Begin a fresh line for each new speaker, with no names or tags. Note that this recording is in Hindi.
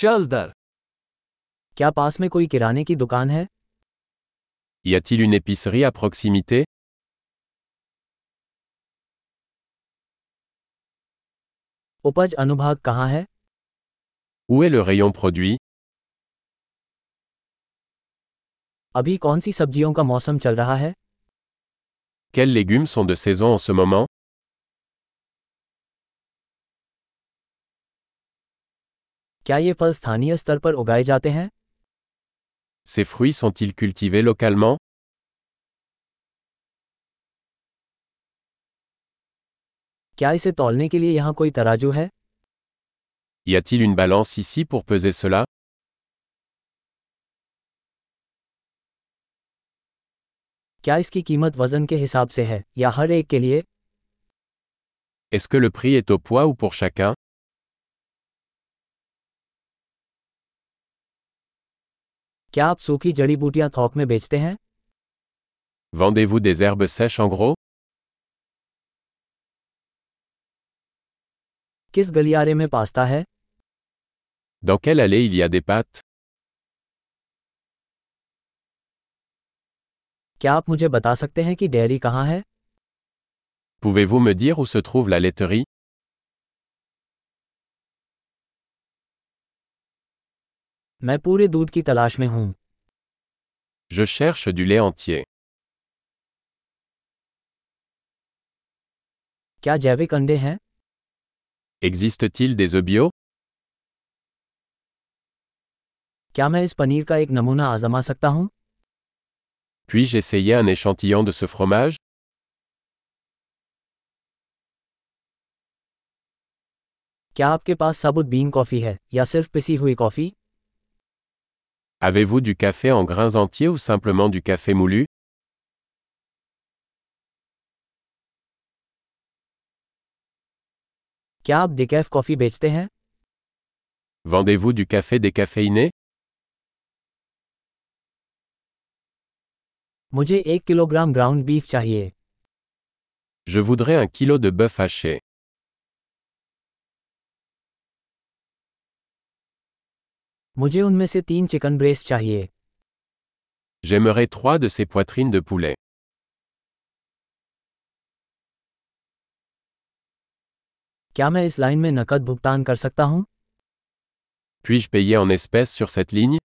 चल दर
क्या पास में कोई किराने की दुकान है
Y a-t-il une épicerie à proximité
उपज अनुभाग कहाँ है
Où est le rayon produit
अभी कौन सी सब्जियों का मौसम चल रहा है
Quels légumes sont de saison en ce moment
क्या ये फल स्थानीय स्तर पर उगाए जाते हैं
Ces fruits sont-ils cultivés localement
क्या इसे तौलने के लिए यहाँ कोई तराजू है
Y a-t-il une balance ici pour peser cela
क्या इसकी कीमत वजन के हिसाब से है या हर एक के लिए
Est-ce que le prix est au poids ou pour chacun
क्या आप सूखी जड़ी बूटियां थोक में बेचते हैं
Vendez-vous des herbes sèches en gros
किस गलियारे में पास्ता है
Dans quelle allée il y a des pâtes
क्या आप मुझे बता सकते हैं कि डेयरी कहाँ है
Pouvez-vous me dire où se trouve la laiterie
मैं पूरे दूध की तलाश में हूँ
Je cherche du lait entier.
क्या जैविक अंडे हैं
Existe-t-il des œufs bio
क्या मैं इस पनीर का एक नमूना आजमा सकता हूँ
Puis-je essayer un échantillon de ce fromage
क्या आपके पास साबुत बीन कॉफ़ी है या सिर्फ पिसी हुई coffee
Avez-vous du café en grains entiers ou simplement du café moulu
क्या आप डिकैफ कॉफ़ी बेचते हैं
Vendez-vous du café décaféiné
मुझे एक किलोग्राम ग्राउंड बीफ चाहिए
Je voudrais un kilo de bœuf haché.
मुझे उनमें से तीन चिकन ब्रेस्ट चाहिए
J'aimerais trois de ces poitrines de poulet.
क्या मैं इस लाइन में नकद भुगतान कर सकता हूँ
Puis-je payer en espèces sur cette ligne